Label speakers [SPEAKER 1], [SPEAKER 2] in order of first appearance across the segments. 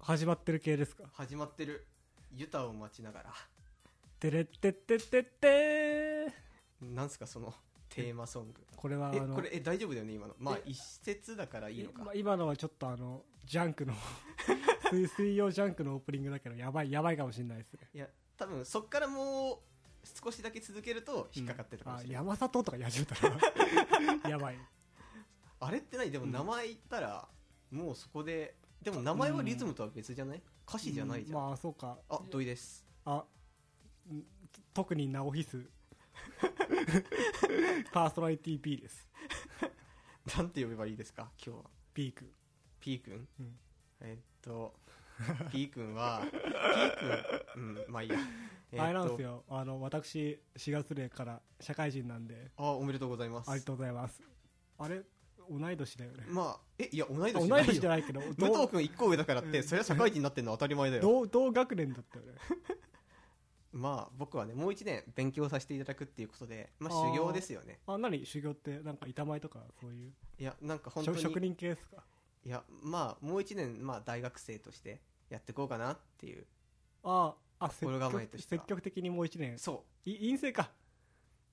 [SPEAKER 1] 始まってる系ですか
[SPEAKER 2] 始まってるユタを待ちながら
[SPEAKER 1] てれってってってってー
[SPEAKER 2] なんすかそのテーマソング
[SPEAKER 1] これはあ
[SPEAKER 2] え
[SPEAKER 1] の
[SPEAKER 2] これえ大丈夫だよね今のまあ
[SPEAKER 1] え
[SPEAKER 2] 一節だからいいの
[SPEAKER 1] えま
[SPEAKER 2] か
[SPEAKER 1] あ今のはちょっとあのジャンク の水水曜ジャンクのオープニングだけどやばいやばいかもしれないですね
[SPEAKER 2] いや多分そっからもう少しだけ続けると引っかかってたかもしれない、
[SPEAKER 1] うんあ山里とかやじゅうた らやばい
[SPEAKER 2] あれって何でも名前言ったら、もうそこででも名前はリズムとは別じゃない、歌詞じゃないじゃん、
[SPEAKER 1] うんまあそうか
[SPEAKER 2] あ土井です
[SPEAKER 1] あん特にナオヒ スパーソナリティ P です
[SPEAKER 2] なんて呼べばいいですか今日は
[SPEAKER 1] P 君
[SPEAKER 2] P 君、
[SPEAKER 1] うん
[SPEAKER 2] えっと P 君は P 君うんまあいいや、えっ と
[SPEAKER 1] あれなんですよあの私4月でから社会人なんで
[SPEAKER 2] あおめでとうございます
[SPEAKER 1] ありがとうございますあれ同い年だよね
[SPEAKER 2] まあえいや同い年
[SPEAKER 1] 同
[SPEAKER 2] じゃないいよ
[SPEAKER 1] 年じゃないけど
[SPEAKER 2] 武藤
[SPEAKER 1] 同
[SPEAKER 2] 君一個上だからって、
[SPEAKER 1] うん
[SPEAKER 2] それは社会人になってるのは当たり前だよ
[SPEAKER 1] 同同学年だったよね
[SPEAKER 2] まあ僕はねもう一年勉強させていただくっていうことでまあ
[SPEAKER 1] あー
[SPEAKER 2] 修行ですよね
[SPEAKER 1] あ何修行ってなんか板前とかそういう
[SPEAKER 2] いやなんか本当
[SPEAKER 1] 職
[SPEAKER 2] に
[SPEAKER 1] 職人系ですか
[SPEAKER 2] いやまあもう一年まあ大学生としてやっていこうかなっていう
[SPEAKER 1] ああ積
[SPEAKER 2] 心構えと
[SPEAKER 1] 極
[SPEAKER 2] しては
[SPEAKER 1] 積極的にもう1年
[SPEAKER 2] そう
[SPEAKER 1] い陰性か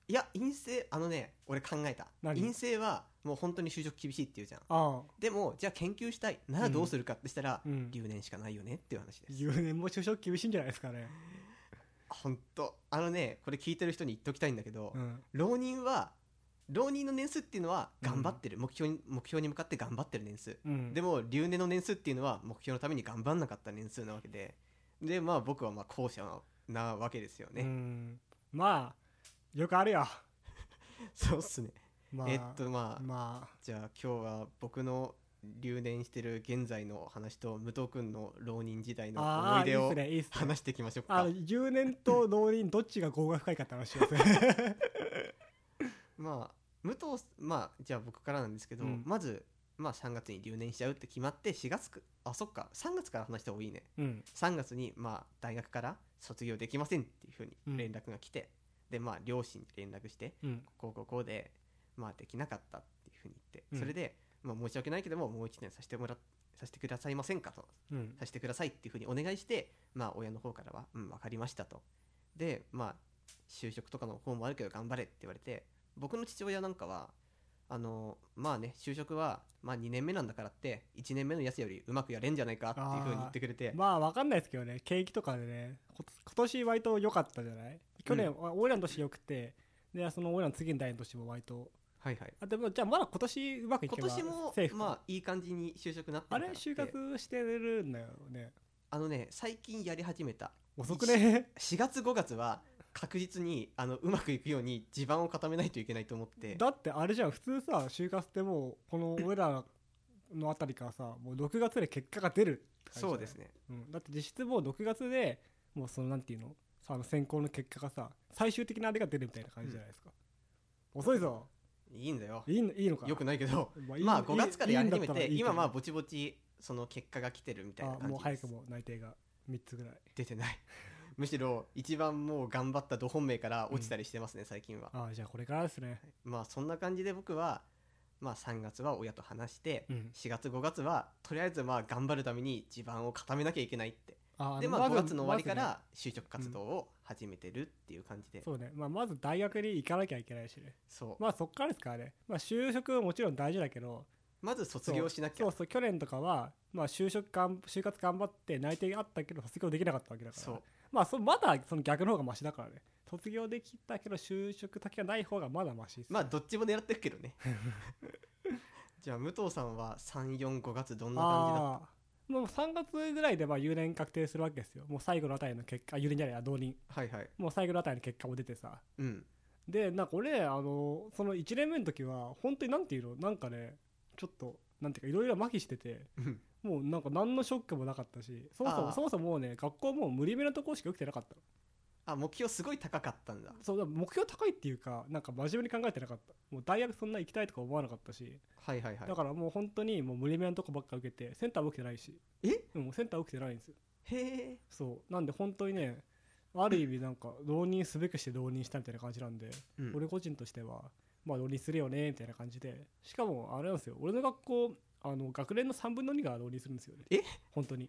[SPEAKER 2] いや陰性あのね俺考えた
[SPEAKER 1] 何
[SPEAKER 2] 陰性はもう本当に就職厳しいって言うじゃん
[SPEAKER 1] ああ
[SPEAKER 2] でもじゃあ研究したいならどうするかってしたら、
[SPEAKER 1] うん
[SPEAKER 2] 留年しかないよねっていう話です、
[SPEAKER 1] 留年も就職厳しいんじゃないですかね
[SPEAKER 2] 本当あのねこれ聞いてる人に言っときたいんだけど、
[SPEAKER 1] うん
[SPEAKER 2] 浪人は浪人の年数っていうのは頑張ってる、目標に目標に向かって頑張ってる年数、
[SPEAKER 1] うん
[SPEAKER 2] でも留年の年数っていうのは目標のために頑張んなかった年数なわけででまあ僕はまあ後者なわけですよ
[SPEAKER 1] う
[SPEAKER 2] ね、
[SPEAKER 1] んまあよくあるよ
[SPEAKER 2] そうっすね、
[SPEAKER 1] まあ
[SPEAKER 2] えっとまあ、
[SPEAKER 1] まあ
[SPEAKER 2] じゃあ今日は僕の留年してる現在の話と武藤君の浪人時代の思い
[SPEAKER 1] あーいい
[SPEAKER 2] 出
[SPEAKER 1] っ
[SPEAKER 2] を
[SPEAKER 1] すねいいっすね
[SPEAKER 2] 話していきましょうか
[SPEAKER 1] あの留年と浪人どっちが業が深いかって話をする
[SPEAKER 2] まあ武藤すまあじゃあ僕からなんですけど、
[SPEAKER 1] うん
[SPEAKER 2] まず、まあ、3月に留年しちゃうって決まって4月くあそっか3月から話した方がいいね
[SPEAKER 1] うん
[SPEAKER 2] 3月に、まあ、大学から卒業できませんっていうふうに
[SPEAKER 1] うん
[SPEAKER 2] 連絡が来て、でまあ両親に連絡して
[SPEAKER 1] うん
[SPEAKER 2] こうこうこうで、まあ、できなかったっていうふうに言って、
[SPEAKER 1] うん
[SPEAKER 2] それで、まあ、申し訳ないけどももう1年させてもらさせてくださいませんかと
[SPEAKER 1] うん
[SPEAKER 2] させてくださいっていうふうにお願いして、まあ、親の方からは「うん分かりました」と。でまあ就職とかの方もあるけど頑張れって言われて僕の父親なんかはあのまあね就職は、まあ、2年目なんだからって1年目のやつよりうまくやれんじゃないかっていうふうに言ってくれて
[SPEAKER 1] まあわかんないですけどね景気とかでねこ今年割と良かったじゃない去年、あ俺らの年良くてでその俺らの次の代の年も割と
[SPEAKER 2] はいはい、
[SPEAKER 1] あでもじゃあまだ今年うまくいけ
[SPEAKER 2] 今
[SPEAKER 1] ば
[SPEAKER 2] 年も
[SPEAKER 1] セーフか
[SPEAKER 2] まあいい感じに就職なって
[SPEAKER 1] あ
[SPEAKER 2] るか
[SPEAKER 1] れ
[SPEAKER 2] らって
[SPEAKER 1] 就活してるんだよね
[SPEAKER 2] あのね最近やり始めた
[SPEAKER 1] 遅くね
[SPEAKER 2] 4月5月は確実にあのうまくいくように地盤を固めないといけないと思って
[SPEAKER 1] だってあれじゃん普通さ就活ってもうこの俺らのあたりからさもう6月で結果が出るって感じじゃ
[SPEAKER 2] そ
[SPEAKER 1] ないう
[SPEAKER 2] です、ね
[SPEAKER 1] うん、だって実質もう6月でもうそのなんていうのさあの選考の結果がさ最終的なあれが出るみたいな感じじゃないですか、遅いぞ
[SPEAKER 2] いいんだよ
[SPEAKER 1] いいのいいのか
[SPEAKER 2] よくないけど、
[SPEAKER 1] ま
[SPEAKER 2] ま
[SPEAKER 1] あ
[SPEAKER 2] あ、
[SPEAKER 1] いい
[SPEAKER 2] 5月からやり始め
[SPEAKER 1] いいんだったら
[SPEAKER 2] て
[SPEAKER 1] いいけど
[SPEAKER 2] 今まあぼちぼちその結果が来てるみたいな
[SPEAKER 1] あ
[SPEAKER 2] 感
[SPEAKER 1] もう
[SPEAKER 2] じで
[SPEAKER 1] 早く
[SPEAKER 2] す
[SPEAKER 1] も内定が3つぐらい
[SPEAKER 2] 出てないむしろ一番もう頑張ったど本命から落ちたりしてますね、最近は
[SPEAKER 1] あじゃあこれからですね
[SPEAKER 2] まあそんな感じで僕は、まあ、3月は親と話して、
[SPEAKER 1] うん
[SPEAKER 2] 4月5月はとりあえずまあ頑張るために地盤を固めなきゃいけないって
[SPEAKER 1] あ
[SPEAKER 2] で
[SPEAKER 1] の
[SPEAKER 2] まあ5
[SPEAKER 1] ず
[SPEAKER 2] 月の終わりか
[SPEAKER 1] まずね
[SPEAKER 2] ら就職活動を始めてるっていう感じで、
[SPEAKER 1] そうね、まあ、まず大学に行かなきゃいけないしね
[SPEAKER 2] そう
[SPEAKER 1] まあそっからですからね、まあ、就職ももちろん大事だけど
[SPEAKER 2] まず卒業しなき
[SPEAKER 1] そ
[SPEAKER 2] ゃ
[SPEAKER 1] うそう去年とかは、まあ、就職がん就活頑張って内定あったけど卒業できなかったわけだから
[SPEAKER 2] そう
[SPEAKER 1] まあ、そまだその逆の方がマシだからね卒業できたけど就職先がない方がまだマシです、
[SPEAKER 2] まあどっちも狙ってるけどね じゃあ武藤さんは345月どんな感じだ
[SPEAKER 1] あーもう3月ぐらいでまあ留年確定するわけですよもう最後のあたりの結果あ留年じゃないや浪人
[SPEAKER 2] はいはい
[SPEAKER 1] もう最後のあたりの結果も出てさ
[SPEAKER 2] うん
[SPEAKER 1] でなんか俺あのその1年目の時は本当になんていうのなんかねちょっとなんていうかいろいろ麻痺してて
[SPEAKER 2] うん
[SPEAKER 1] もうなんか何のショックもなかったしそもそ
[SPEAKER 2] あ
[SPEAKER 1] も
[SPEAKER 2] あ
[SPEAKER 1] そもそももうね学校もう無理めなところしか受けてなかったの
[SPEAKER 2] あ目標すごい高かったんだ
[SPEAKER 1] そうだから目標高いっていうかなんか真面目に考えてなかったもう大学そんな行きたいとか思わなかったし、
[SPEAKER 2] はいはいはい
[SPEAKER 1] だからもう本当にもう無理めなとこばっか受けてセンターも受けてないし
[SPEAKER 2] え
[SPEAKER 1] うんセンターも受けてないんですよ
[SPEAKER 2] へえ
[SPEAKER 1] そうなんで本当にねある意味なんか浪人すべくして浪人したみたいな感じなんで、
[SPEAKER 2] うん
[SPEAKER 1] 俺個人としてはまあ浪人するよねみたいな感じでしかもあれなんですよ俺の学校あの学年の3分の2が浪人するんですよね
[SPEAKER 2] え
[SPEAKER 1] 本当に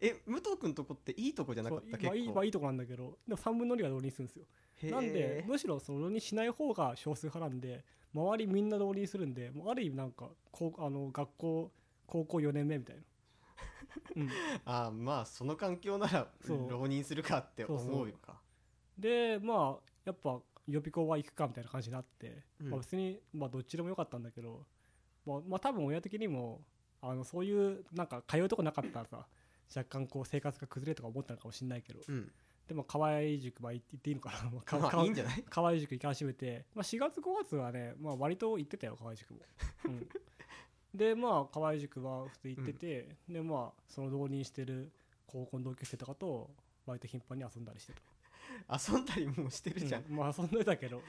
[SPEAKER 2] え武藤君とこっていいとこじゃなかった
[SPEAKER 1] そうまあいい
[SPEAKER 2] 結構
[SPEAKER 1] まあいいとこなんだけどでも3分の2が浪人するんですよ
[SPEAKER 2] へー
[SPEAKER 1] なんでむしろその浪人しない方が少数派なんで周りみんな浪人するんでもうある意味なんか高あの学校高校4年目み たいな、うん、
[SPEAKER 2] あーまあその環境なら
[SPEAKER 1] そう
[SPEAKER 2] 浪人するかって思
[SPEAKER 1] そう
[SPEAKER 2] う
[SPEAKER 1] そう
[SPEAKER 2] よか
[SPEAKER 1] でまあやっぱ予備校は行くかみたいな感じになって、
[SPEAKER 2] うん
[SPEAKER 1] まあ、別に、まあ、どっちでもよかったんだけど、まあまあ、多分親的にもあのそういうなんか通うとこなかったらさ若干こう生活が崩れるとか思ったのかもしれないけど
[SPEAKER 2] うん
[SPEAKER 1] でも河合塾まあ行っていいのかな まあか
[SPEAKER 2] ま
[SPEAKER 1] か
[SPEAKER 2] あいいんじゃない
[SPEAKER 1] 河合塾行き始めて、まあ、4月5月はね、まあ、割と行ってたよ河合塾も、うん、でまあ河合塾は普通行ってて、でまあその浪人してる高校の同級生とかと割と頻繁に遊んだりしてた
[SPEAKER 2] 遊んだりもしてるじゃん、
[SPEAKER 1] うんまあ遊んでたけど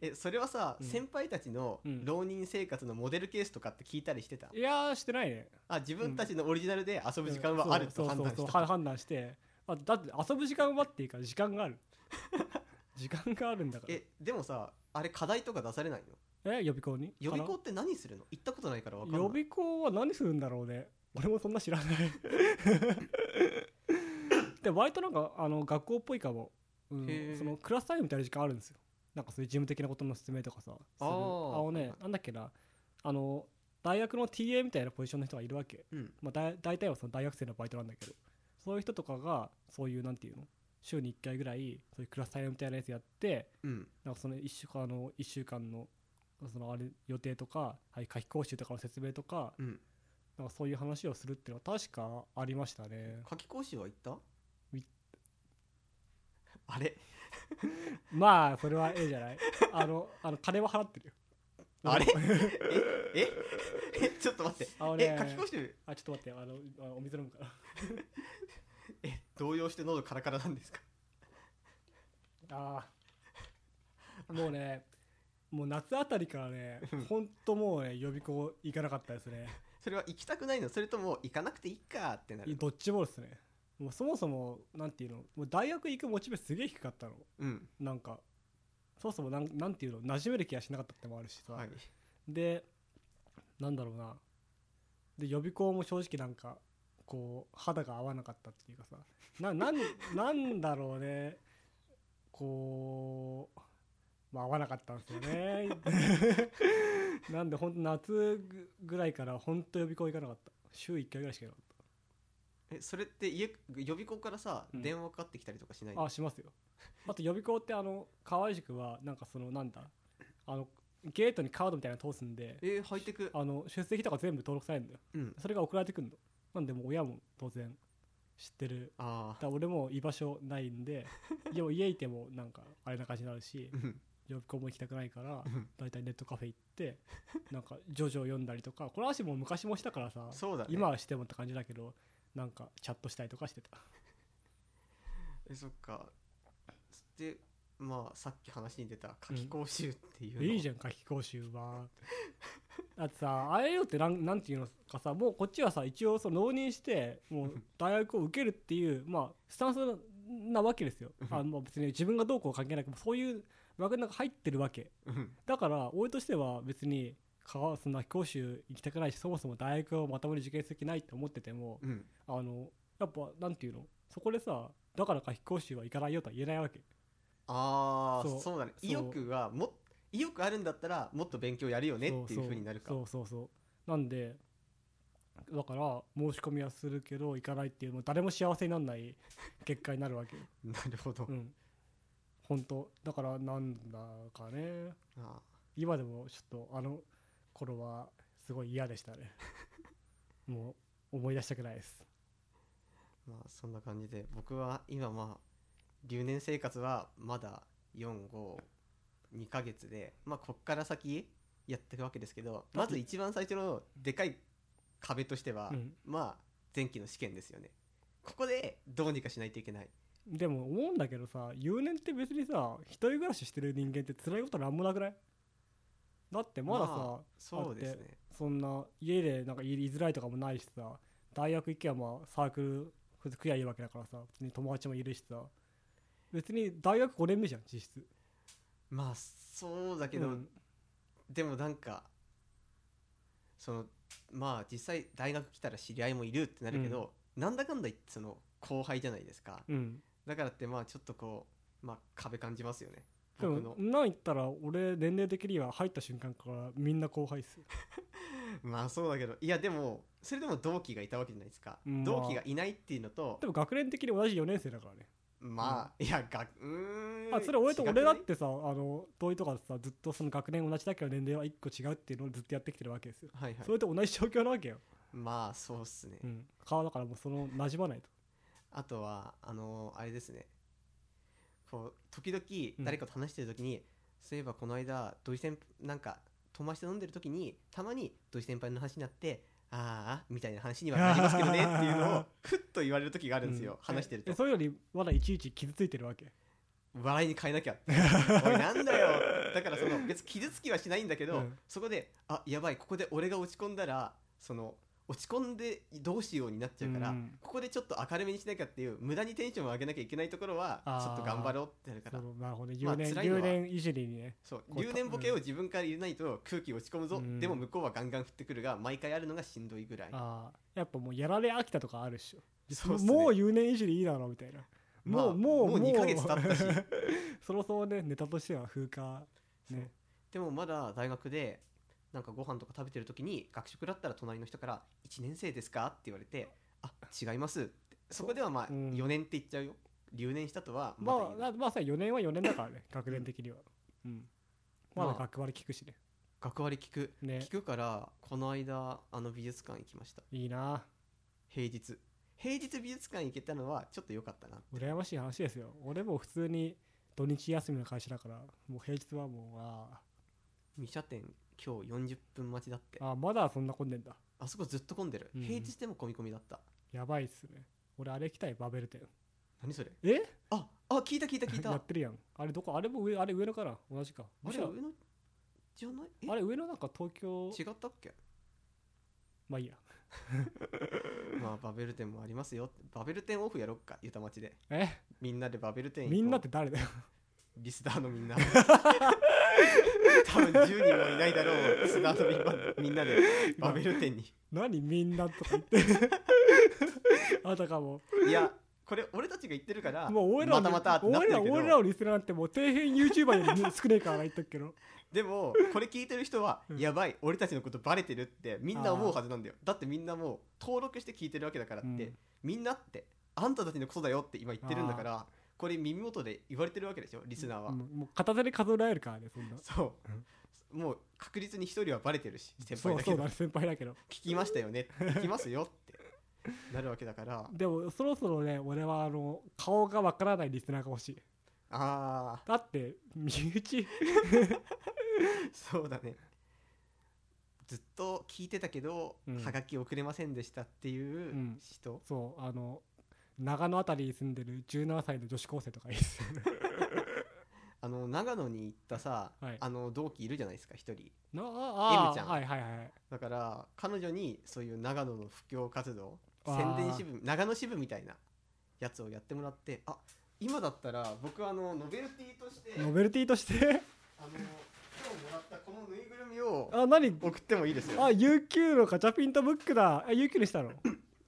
[SPEAKER 2] えそれはさ、
[SPEAKER 1] うん
[SPEAKER 2] 先輩たちの
[SPEAKER 1] うん
[SPEAKER 2] 浪人生活のモデルケースとかって聞いたりしてた、
[SPEAKER 1] いやーしてないね
[SPEAKER 2] あ自分たちのオリジナルで遊ぶ時間はあると
[SPEAKER 1] そう
[SPEAKER 2] 判断
[SPEAKER 1] そうそう
[SPEAKER 2] し
[SPEAKER 1] そうは
[SPEAKER 2] た
[SPEAKER 1] 判断してあだって遊ぶ時間はっていうから時間 がある時間があるんだから
[SPEAKER 2] えでもさあれ課題とか出されないの
[SPEAKER 1] え予備校に
[SPEAKER 2] 予備校
[SPEAKER 1] か
[SPEAKER 2] って何するの行ったことないから分
[SPEAKER 1] な
[SPEAKER 2] かん
[SPEAKER 1] 予
[SPEAKER 2] な
[SPEAKER 1] 備
[SPEAKER 2] い
[SPEAKER 1] 校は何するんだろうね俺もそんな 知らないで割となんかあの学校っぽいかも、うん
[SPEAKER 2] へー
[SPEAKER 1] そのクラスタイムみたいな時間あるんですよなんかそういう事務的なことの説明とかさする
[SPEAKER 2] あー
[SPEAKER 1] の
[SPEAKER 2] はい
[SPEAKER 1] ね
[SPEAKER 2] は
[SPEAKER 1] なんだっけなあの大学の TA みたいなポジションの人がいるわけ
[SPEAKER 2] うん
[SPEAKER 1] まあ、だ大体はその大学生のバイトなんだけどそういう人とかがそういうなんていうの週に1回ぐらいそういうクラスタイムみたいなやつやって
[SPEAKER 2] うん
[SPEAKER 1] なんかその1週間あの一週間のそのあれ予定とか、はい、夏期講習とかの説明とか
[SPEAKER 2] うん
[SPEAKER 1] なんかそういう話をするっていうのは確かありましたね
[SPEAKER 2] 夏期講習は行った
[SPEAKER 1] 行っ
[SPEAKER 2] あれ
[SPEAKER 1] まあそれはええじ ゃないあのあの金は払ってるよ
[SPEAKER 2] あれえええちょっと待って
[SPEAKER 1] あの
[SPEAKER 2] え
[SPEAKER 1] ね
[SPEAKER 2] 夏期講習
[SPEAKER 1] あちょっと待ってあのあお水飲むから
[SPEAKER 2] え動揺して喉カラカラなんですか
[SPEAKER 1] ああもうねもう夏あたりからね本当もうね予備校行かなかったですね
[SPEAKER 2] それは行きたくないのそれとも行かなくていいかってなるの
[SPEAKER 1] どっちもですねもうそもそもなんていうのもう大学行くモチベすげえ低かったの
[SPEAKER 2] うん
[SPEAKER 1] なんかそもそもなんなんていうの馴染める気がしなかったってのもあるしさ、
[SPEAKER 2] はい
[SPEAKER 1] でなんだろうなで予備校も正直なんかこう肌が合わなかったっていうかさななん なんだろうねこう、まあ、合わなかったんですよね なんでほんと夏ぐぐらいから本当予備校行かなかった週1回ぐらいしか行かなかっ
[SPEAKER 2] えそれって家予備校からさ、
[SPEAKER 1] うん
[SPEAKER 2] 電話かかってきたりとかしない
[SPEAKER 1] た
[SPEAKER 2] の
[SPEAKER 1] あしますよあと予備校ってあの河合塾はなんかそのなんだあのゲートにカードみたいなの通すんで
[SPEAKER 2] えー、ハイテク
[SPEAKER 1] あの出席とか全部登録されるんだよ
[SPEAKER 2] うん
[SPEAKER 1] それが送られてくるのなんでもう親も当然知ってる
[SPEAKER 2] あ
[SPEAKER 1] だ
[SPEAKER 2] あ
[SPEAKER 1] から俺も居場所ないん ででも家いてもなんかあれな感じになるし
[SPEAKER 2] うん
[SPEAKER 1] 予備校も行きたくないから
[SPEAKER 2] うん
[SPEAKER 1] 大体ネットカフェ行ってなんかジョジョ読んだりとかこの話もう昔もしたからさ
[SPEAKER 2] そうだね
[SPEAKER 1] 今はしてもって感じだけどなんかチャットしたりとかしてた
[SPEAKER 2] えそっかでまあさっき話に出た夏期講習っていうの、
[SPEAKER 1] いいじゃん夏期講習はだってさ ああいうのってなんなんていうのかさもうこっちはさ一応その浪人しても う大学を受けるっていうまあスタンスなわけですよあまあ別に自分がどうこう関係なくそういう枠の中入ってるわけ
[SPEAKER 2] うん
[SPEAKER 1] だから俺としては別にかそんな夏期講習行きたくないしそもそも大学をまともに受験する気ないって思ってても
[SPEAKER 2] うん
[SPEAKER 1] あのやっぱなんていうのそこでさだから夏期講習は行かないよとは言えないわけ
[SPEAKER 2] ああ
[SPEAKER 1] そ
[SPEAKER 2] そううだね
[SPEAKER 1] そう
[SPEAKER 2] 意欲がも意欲あるんだったらもっと勉強やるよねっていうふうになるか
[SPEAKER 1] そうそうそうそうそうなんでだから申し込みはするけど行かないっていうもう誰も幸せにならない 結果になるわけよ
[SPEAKER 2] なるほど、
[SPEAKER 1] うん本当だからなんだかね
[SPEAKER 2] あ
[SPEAKER 1] 今でもちょっとあの頃はすごい嫌でした ねもう思い出したくないです
[SPEAKER 2] ーまあそんな感じで僕は今まあ留年生活はまだ452ヶ月でまあこっから先やっていくわけですけどまず一番最初のでかい壁としては、
[SPEAKER 1] うん
[SPEAKER 2] まあ前期の試験ですよねここでどうにかしないといけない
[SPEAKER 1] でも思うんだけどさ留年って別にさ一人暮らししてる人間って辛いことなんもなくないだってまださ、
[SPEAKER 2] あそうですね
[SPEAKER 1] そんな家でなんかいいづらいとかもないしさ大学行けばまあサークルくやいいわけだからさ別に友達もいるしさ別に大学5年目じゃん実質
[SPEAKER 2] まあそうだけど、
[SPEAKER 1] うん
[SPEAKER 2] でもなんかそのまあ実際大学来たら知り合いもいるってなるけど、なんだかんだ言ってその後輩じゃないですか
[SPEAKER 1] うん
[SPEAKER 2] だからってまあちょっとこうまあ壁感じますよね
[SPEAKER 1] で
[SPEAKER 2] 僕
[SPEAKER 1] も
[SPEAKER 2] の
[SPEAKER 1] なん言ったら俺年齢的には入った瞬間からみんな後輩っす よ
[SPEAKER 2] まあそうだけどいやでもそれでも同期がいたわけじゃないですか、
[SPEAKER 1] うん
[SPEAKER 2] 同期がいないっていうのと
[SPEAKER 1] でも学年的に同じ4年生だからね
[SPEAKER 2] まあ、いやがうーん
[SPEAKER 1] あそれ俺と
[SPEAKER 2] 違くな
[SPEAKER 1] 俺
[SPEAKER 2] い
[SPEAKER 1] だってさあの問いとかさずっとその学年同じだけど年齢は1個違うっていうのをずっとやってきてるわけですよ、
[SPEAKER 2] はいはい
[SPEAKER 1] それと同じ状況なわけよ、
[SPEAKER 2] まあそうっすね、
[SPEAKER 1] うん、顔だからもうその馴染まないと
[SPEAKER 2] あとはあのあれですねこう時々誰かと話してる時に、そういえばこの間土井先なんか友達と飲んでる時にたまに土井先輩の話になってあーあみたいな 話にはなりますけどねっていうのをふっと言われる時があるんです
[SPEAKER 1] う
[SPEAKER 2] よ、
[SPEAKER 1] ん
[SPEAKER 2] 話してる
[SPEAKER 1] え
[SPEAKER 2] と
[SPEAKER 1] そういうのにまだいちいち傷ついてるわけ
[SPEAKER 2] 笑いに変えな きゃっておいなんだよだからその別に傷つきはしないんだけど、
[SPEAKER 1] うん
[SPEAKER 2] そこであやばいここで俺が落ち込んだらその落ち込んでどうしようになっちゃうから、
[SPEAKER 1] うん
[SPEAKER 2] ここでちょっと明るめにしなきゃっていう無駄にテンションを上げなきゃいけないところはち
[SPEAKER 1] あー
[SPEAKER 2] ょっと頑張ろうってなるか
[SPEAKER 1] そ
[SPEAKER 2] ら
[SPEAKER 1] のなるほどね
[SPEAKER 2] まあ
[SPEAKER 1] 留年、
[SPEAKER 2] 辛いのは
[SPEAKER 1] 留年いじりにね
[SPEAKER 2] そう
[SPEAKER 1] こう
[SPEAKER 2] 留年ボケを自分から入れないと空気落ち込むぞ、
[SPEAKER 1] うん
[SPEAKER 2] でも向こうはガンガン降ってくるが毎回あるのがしんどいぐらい
[SPEAKER 1] あーやっぱもうやられ飽きたとかあるっしょ
[SPEAKER 2] そうっすね
[SPEAKER 1] もう留年いじりいいだろうみたいなもう、
[SPEAKER 2] まあ
[SPEAKER 1] もう
[SPEAKER 2] もう2ヶ月経ったし
[SPEAKER 1] そろそろねネタとしては風化ね
[SPEAKER 2] でもまだ大学でなんかご飯とか食べてる時に学食だったら隣の人から「1年生ですか?」って言われて「あ違います」ってそこではまあ
[SPEAKER 1] うん
[SPEAKER 2] 4年って言っちゃうよ留年したとはまだ
[SPEAKER 1] ま
[SPEAKER 2] 言う
[SPEAKER 1] あ、まあさ、4年は4年だからね、学年的には。うん。まだ学割聞くしね。
[SPEAKER 2] 学割聞く、
[SPEAKER 1] ね
[SPEAKER 2] 聞くからこの間あの美術館行きました
[SPEAKER 1] いいな。
[SPEAKER 2] 平日平日美術館行けたのはちょっと良かったな
[SPEAKER 1] 羨ましい話ですよ。俺も普通に土日休みの会社だから、もう平日はもう、あ
[SPEAKER 2] 未車店今日40分待ちだって
[SPEAKER 1] ーあー、まだそんな混んでんだ。
[SPEAKER 2] あそこずっと混んでる、
[SPEAKER 1] うん
[SPEAKER 2] 平日でも混み込みだった
[SPEAKER 1] やばいっすね。俺、あれ行きたい、バベル店。
[SPEAKER 2] 何それ
[SPEAKER 1] え
[SPEAKER 2] ああ聞いた聞いた聞いた
[SPEAKER 1] や
[SPEAKER 2] あ
[SPEAKER 1] ってるやん。あれどこあれも上、あれ上野から同じか。む
[SPEAKER 2] れ
[SPEAKER 1] しろ
[SPEAKER 2] 上のじゃないえ
[SPEAKER 1] あれ上野なんか東京、
[SPEAKER 2] 違ったっけ
[SPEAKER 1] まあいいや。
[SPEAKER 2] まあバベル店もありますよってバベル店オフやろっかゆたまちで
[SPEAKER 1] え
[SPEAKER 2] みんなでバベル店行こう
[SPEAKER 1] みんなって誰だ よ。
[SPEAKER 2] リスナーのみんな 多分10人もいないだろうリスナーのみんなみんなでバベル店に
[SPEAKER 1] 何みんなとか言って。 あたかも。
[SPEAKER 2] いやこれ俺たちが言ってるから
[SPEAKER 1] もう俺ら
[SPEAKER 2] またまたってなっ
[SPEAKER 1] 俺
[SPEAKER 2] てる
[SPEAKER 1] ら
[SPEAKER 2] け
[SPEAKER 1] 俺
[SPEAKER 2] ど
[SPEAKER 1] らをリスナーなんてもう底辺 YouTuber より少ねえから言っとくけど
[SPEAKER 2] でもこれ聞いてる人は、
[SPEAKER 1] うん
[SPEAKER 2] やばい俺たちのことバレてるってみんな思うはずなんだよだってみんなもう登録して聞いてるわけだからって、
[SPEAKER 1] うん
[SPEAKER 2] みんなってあんたたちのことだよって今言ってるんだからこれ耳元で言われてるわけでしょリスナーは、
[SPEAKER 1] もうもう片手で数えられるからねそんな
[SPEAKER 2] そう、もう確実に一人はバレてるし先輩だ
[SPEAKER 1] そうそ
[SPEAKER 2] け
[SPEAKER 1] う
[SPEAKER 2] ど
[SPEAKER 1] だね先輩だけど
[SPEAKER 2] 聞きましたよね聞きますよってなるわけだから
[SPEAKER 1] でもそろそろね俺はあの顔がわからないリスナーが欲しい
[SPEAKER 2] あ
[SPEAKER 1] だって身内
[SPEAKER 2] ーそうだねずっと聞いてたけど、
[SPEAKER 1] うん
[SPEAKER 2] はがき送れませんでしたっていううん人、
[SPEAKER 1] そうあの長野あたりに住んでる17歳の女子高生とかいいですよね
[SPEAKER 2] あの長野に行ったさ、
[SPEAKER 1] はい
[SPEAKER 2] あの同期いるじゃないですか一人
[SPEAKER 1] なあ
[SPEAKER 2] M ちゃん
[SPEAKER 1] はいはいはい
[SPEAKER 2] だから彼女にそういう長野の布教活動
[SPEAKER 1] あ
[SPEAKER 2] 宣
[SPEAKER 1] ー
[SPEAKER 2] 伝支部長野支部みたいなやつをやってもらってあ今だったら僕あのノベルティとしてあの
[SPEAKER 1] ノ
[SPEAKER 2] 今
[SPEAKER 1] ベルティとして
[SPEAKER 2] 日もらったこのぬいぐるみを
[SPEAKER 1] あ何
[SPEAKER 2] 送ってもいいですよ
[SPEAKER 1] あ UQ のガチャピンとブックだえ UQ にしたの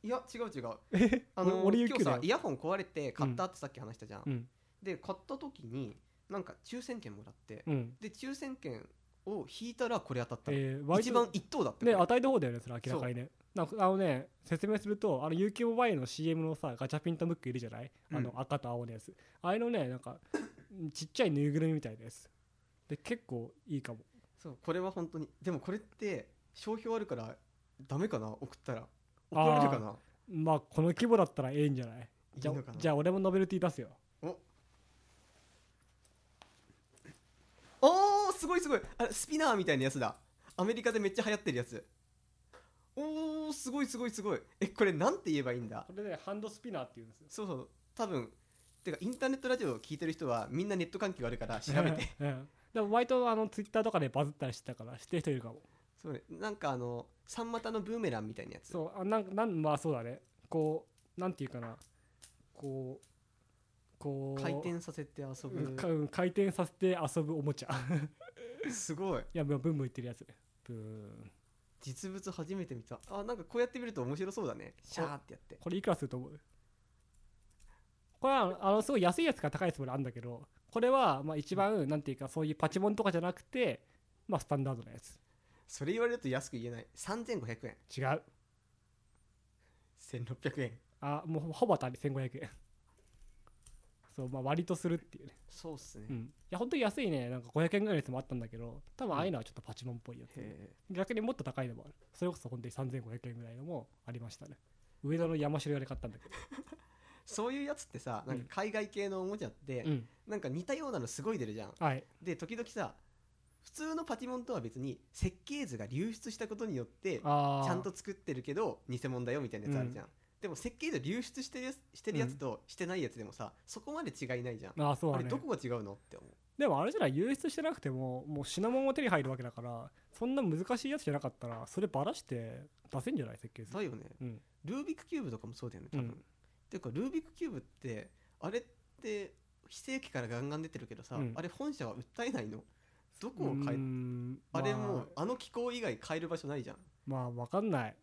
[SPEAKER 2] いや違う違う
[SPEAKER 1] え
[SPEAKER 2] あの
[SPEAKER 1] 俺俺 UQ
[SPEAKER 2] 今日
[SPEAKER 1] だ
[SPEAKER 2] さ
[SPEAKER 1] よ
[SPEAKER 2] イヤホン壊れて買ったってさっき話したじゃん、
[SPEAKER 1] うん
[SPEAKER 2] で買った時になんか抽選券もらって、
[SPEAKER 1] うん
[SPEAKER 2] で抽選券を引いたらこれ当たったの、
[SPEAKER 1] えー割と
[SPEAKER 2] 一番一等だった
[SPEAKER 1] ね
[SPEAKER 2] これ
[SPEAKER 1] 与えた方だよねそれ明らかにねなんかあのね説明するとあの UQ モバイルの CM のさガチャピンとムックいるじゃない、あの
[SPEAKER 2] う
[SPEAKER 1] 赤と青のやつあれのねなんかちっちゃいぬいぐるみみたいですで結構いいかも
[SPEAKER 2] そうこれは本当にでもこれって商標あるからダメかな送ったら
[SPEAKER 1] あー
[SPEAKER 2] 怒られるかな
[SPEAKER 1] まあこの規模だったらええんじゃないじゃ
[SPEAKER 2] いいのかな
[SPEAKER 1] じゃあ俺もノベルティ出すよ
[SPEAKER 2] おおーすごいすごいあれスピナーみたいなやつだアメリカでめっちゃ流行ってるやつおーすごいすごいすごいえこれなんて言えばいいんだ
[SPEAKER 1] これねハンドスピナーっていうんですよ
[SPEAKER 2] そうそう多分てかインターネットラジオを聞いてる人はみんなネット環境あるから調べて
[SPEAKER 1] うんうんでも割とあのツイッターとかでバズったりしてたから知ってる人いるかも
[SPEAKER 2] そう、ね、なんかあの三股のブーメランみたいなやつ
[SPEAKER 1] そうあなんなんまあそうだねこうなんていうかなこうこう
[SPEAKER 2] 回転させて遊
[SPEAKER 1] うん
[SPEAKER 2] ぶ
[SPEAKER 1] かうん回転させて遊ぶおもちゃ
[SPEAKER 2] すごい
[SPEAKER 1] いやもうブンブン言ってるやつブーン
[SPEAKER 2] 実物初めて見たあなんかこうやって見ると面白そうだねシャーってやって
[SPEAKER 1] これいくらすると思うこれはあのすごい安いやつから高いやつまであるんだけどこれはまあ一番なんていうかそういうパチモンとかじゃなくてまあスタンダードなやつ
[SPEAKER 2] それ言われると安く言えない3500円
[SPEAKER 1] 違う
[SPEAKER 2] 1600円
[SPEAKER 1] あもうほぼ当たり1500円 そうまあ割とするっていうね、
[SPEAKER 2] そうっすね、
[SPEAKER 1] うん、いや本当に安いねなんか500円ぐらいのやつもあったんだけど多分ああいうのはちょっとパチモンっぽいやつ、
[SPEAKER 2] へ
[SPEAKER 1] 逆にもっと高いのもあるそれこそ本当に3500円ぐらいのもありましたね上田の山城屋で買ったんだけど、
[SPEAKER 2] えそういうやつってさなんか海外系のおもちゃって、
[SPEAKER 1] うん、
[SPEAKER 2] なんか似たようなのすごい出るじゃん
[SPEAKER 1] はい
[SPEAKER 2] で時々さ普通のパチモンとは別に設計図が流出したことによってち
[SPEAKER 1] あー
[SPEAKER 2] ゃんと作ってるけど偽物だよみたいなやつあるじゃん、でも設計図流出してるやつしてるやつとしてないやつでもさそこまで違いないじゃん、
[SPEAKER 1] ああそうだ
[SPEAKER 2] あれ
[SPEAKER 1] ね
[SPEAKER 2] どこが違うのって思う
[SPEAKER 1] でもあれじゃない流出してなくてももう品物も手に入るわけだからそんな難しいやつじゃなかったらそれバラして出せんじゃない設計図
[SPEAKER 2] だよね
[SPEAKER 1] うん
[SPEAKER 2] ルービックキューブとかもそうだよね多分、
[SPEAKER 1] うん
[SPEAKER 2] ていうかルービックキューブってあれって非正規からガンガン出てるけどさ、
[SPEAKER 1] うん
[SPEAKER 2] あれ本社は訴えないのどこを変え
[SPEAKER 1] うーん
[SPEAKER 2] あれ
[SPEAKER 1] ま
[SPEAKER 2] もうあの機構以外変える場所ないじゃん
[SPEAKER 1] まあわかんない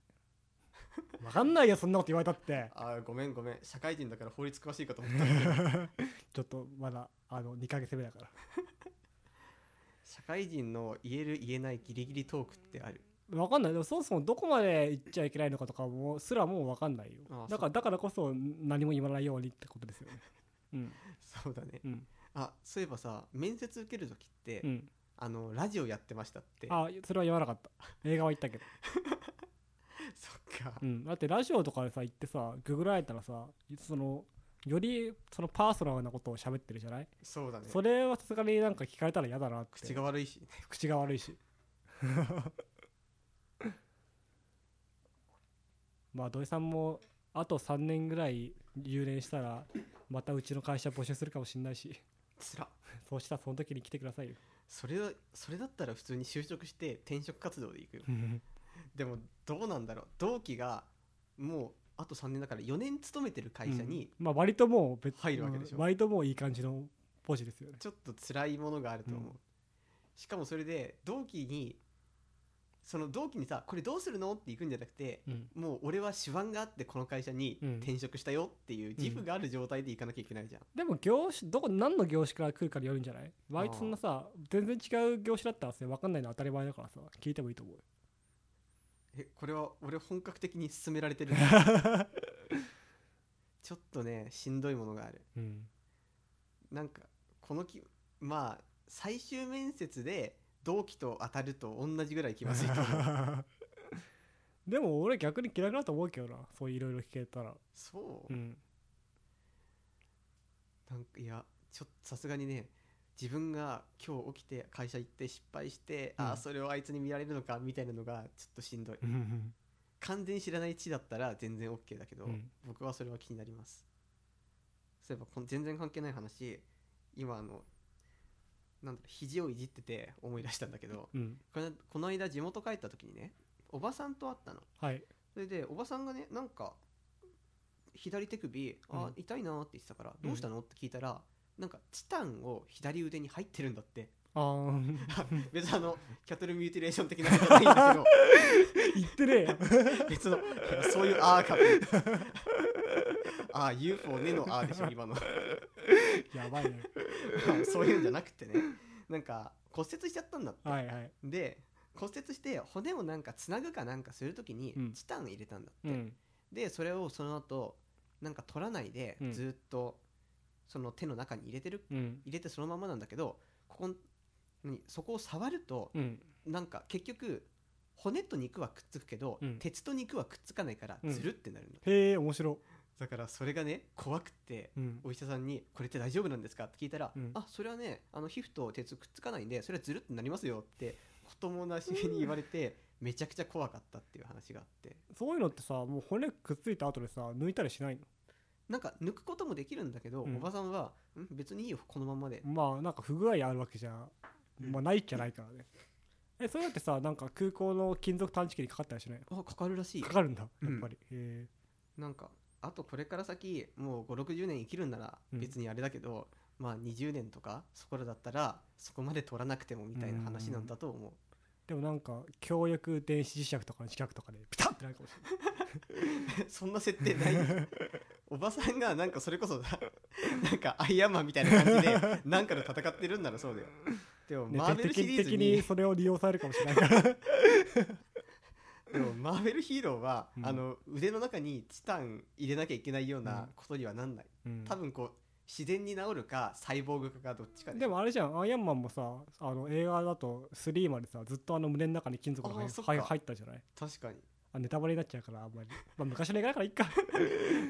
[SPEAKER 1] わかんないよそんなこと言われたって
[SPEAKER 2] あーごめんごめん社会人だから法律詳しいかと思ったんだけど
[SPEAKER 1] ちょっとまだあの2ヶ月目だから
[SPEAKER 2] 社会人の言える言えないギリギリトークってある
[SPEAKER 1] わかんないでもそもそもどこまで行っちゃいけないのかとかもすらもうわかんないよ
[SPEAKER 2] ああ
[SPEAKER 1] だからだからこそ何も言わないようにってことですよねうん
[SPEAKER 2] そうだね
[SPEAKER 1] うん
[SPEAKER 2] あそういえばさ面接受ける時って、
[SPEAKER 1] うん
[SPEAKER 2] あのラジオやってましたって
[SPEAKER 1] あそれは言わなかった映画は言ったけど
[SPEAKER 2] そっか
[SPEAKER 1] うん、だってラジオとかでさ行ってさググられたらさそのよりそのパーソナルなことを喋ってるじゃない、
[SPEAKER 2] そうだね
[SPEAKER 1] それはさすがになんか聞かれたら嫌だなって
[SPEAKER 2] 口が悪いし
[SPEAKER 1] 口が悪い しまあ土井さんもあと3年ぐらい留年したらまたうちの会社募集するかもしんないし
[SPEAKER 2] つら
[SPEAKER 1] そうしたらその時に来てくださいよ
[SPEAKER 2] それはそれだったら普通に就職して転職活動で行くよ でもどうなんだろう同期がもうあと3年だから4年勤めてる 会社に
[SPEAKER 1] うんまあ割ともう別
[SPEAKER 2] 入るわけでしょ
[SPEAKER 1] うん割ともういい感じのポジですよね
[SPEAKER 2] ちょっと辛いものがあると思う、
[SPEAKER 1] うん
[SPEAKER 2] しかもそれで同期にその同期にさこれどうするのって行くんじゃなくて
[SPEAKER 1] うん
[SPEAKER 2] もう俺は手腕があってこの会社に
[SPEAKER 1] うん
[SPEAKER 2] 転職したよっていう自負がある状態で行かなきゃいけないじゃん、
[SPEAKER 1] でも業種どこ何の業種から来るかによるんじゃない割とそんなさ全然違う業種だったらさ分かんないの当たり前だからさ聞いてもいいと思う よ
[SPEAKER 2] えこれは俺本格的に進められ てるちょっとねしんどいものがある
[SPEAKER 1] うん
[SPEAKER 2] なんかこのきまあ最終面接で同期と当たると同じぐらい気まずいと思う
[SPEAKER 1] でも俺逆に気楽だと思うけどなそういろいろ聞けたら
[SPEAKER 2] そう、
[SPEAKER 1] うん
[SPEAKER 2] なんかいやちょっとさすがにね自分が今日起きて会社行って失敗して、あ
[SPEAKER 1] う
[SPEAKER 2] あ
[SPEAKER 1] ん
[SPEAKER 2] それをあいつに見られるのかみたいなのがちょっとしんどい完全に知らない地だったら全然 OK だけど、
[SPEAKER 1] うん
[SPEAKER 2] 僕はそれは気になりますそういえばこん全然関係ない話今あのなんだろう肘をいじってて思い出したんだけど
[SPEAKER 1] うん
[SPEAKER 2] このこの間地元帰った時にねおばさんと会ったの
[SPEAKER 1] はい
[SPEAKER 2] それでおばさんがねなんか左手首あー、
[SPEAKER 1] うん
[SPEAKER 2] 痛いなーって言ってたからどうしたのって聞いたらなんかチタンを左腕に入ってるんだって
[SPEAKER 1] あー
[SPEAKER 2] 別にあのキャトルミューティレーション的なことじゃないんだ
[SPEAKER 1] 言ってねえよ
[SPEAKER 2] けど別のそういうあーかもあー UFO ねのあーでしょ今の
[SPEAKER 1] やばいね
[SPEAKER 2] そういうんじゃなくてねなんか骨折しちゃったんだって
[SPEAKER 1] はいはい
[SPEAKER 2] で骨折して骨をなんかつなぐかなんかするときに
[SPEAKER 1] うん
[SPEAKER 2] チタン入れたんだって、
[SPEAKER 1] うん
[SPEAKER 2] でそれをその後なんか取らないで
[SPEAKER 1] うん
[SPEAKER 2] ずっとその手の中に入れてる
[SPEAKER 1] うん
[SPEAKER 2] 入れてそのままなんだけどここにそこを触ると
[SPEAKER 1] うん
[SPEAKER 2] なんか結局骨と肉はくっつくけど、
[SPEAKER 1] うん
[SPEAKER 2] 鉄と肉はくっつかないから
[SPEAKER 1] うん
[SPEAKER 2] ずるってなるの、
[SPEAKER 1] へえ面白
[SPEAKER 2] だからそれがね怖くって
[SPEAKER 1] うん
[SPEAKER 2] お医者さんに「これって大丈夫なんですか?」って聞いたら「
[SPEAKER 1] うん
[SPEAKER 2] あそれはねあの皮膚と鉄くっつかないんでそれはずるってなりますよ」って子供なしに言われてめちゃくちゃ怖かったっていう話があって
[SPEAKER 1] そういうのってさもう骨くっついた後でさ抜いたりしないの
[SPEAKER 2] なんか抜くこともできるんだけど、
[SPEAKER 1] うん
[SPEAKER 2] おばさんは「ん別にいいよこのままで」
[SPEAKER 1] まあなんか不具合あるわけじゃん、まあないじゃないからねえそれだってさなんか空港の金属探知機にかかったりしない
[SPEAKER 2] あかかるらしい
[SPEAKER 1] かかるんだやっ
[SPEAKER 2] うん
[SPEAKER 1] ぱり、へ
[SPEAKER 2] なんかあとこれから先もう560年生きるんなら
[SPEAKER 1] うん
[SPEAKER 2] 別にあれだけど、まあ20年とかそこらだったらそこまで取らなくてもみたいな話なんだと思う、
[SPEAKER 1] えでもなんか強力電子磁石とかの磁石とかでピタッてなるかもし
[SPEAKER 2] そんな設定ない おばさんがなんかそれこそ ななんかアイアンマンみたいな感 じでなんかで戦ってるんならそうだよでも
[SPEAKER 1] れ
[SPEAKER 2] マ
[SPEAKER 1] ない、
[SPEAKER 2] ー
[SPEAKER 1] ね、
[SPEAKER 2] ベルシ
[SPEAKER 1] 的
[SPEAKER 2] リーズ
[SPEAKER 1] 的
[SPEAKER 2] に
[SPEAKER 1] にそれを利用されるかもしれない から
[SPEAKER 2] でもマーベルヒーローは、
[SPEAKER 1] うん
[SPEAKER 2] あの腕の中にチタン入れなきゃいけないよう
[SPEAKER 1] うん
[SPEAKER 2] なことにはなんない、
[SPEAKER 1] うん
[SPEAKER 2] 多分こう自然に治るかサイボーグ化かどっちか
[SPEAKER 1] でもあれじゃんアイアンマンもさあの映画だと3までさずっとあの胸の中に金属が入
[SPEAKER 2] あーそっか
[SPEAKER 1] 入入ったじゃない
[SPEAKER 2] 確かに
[SPEAKER 1] あネタバレになっちゃうからあんまり、まあ、昔の映画だからいっ か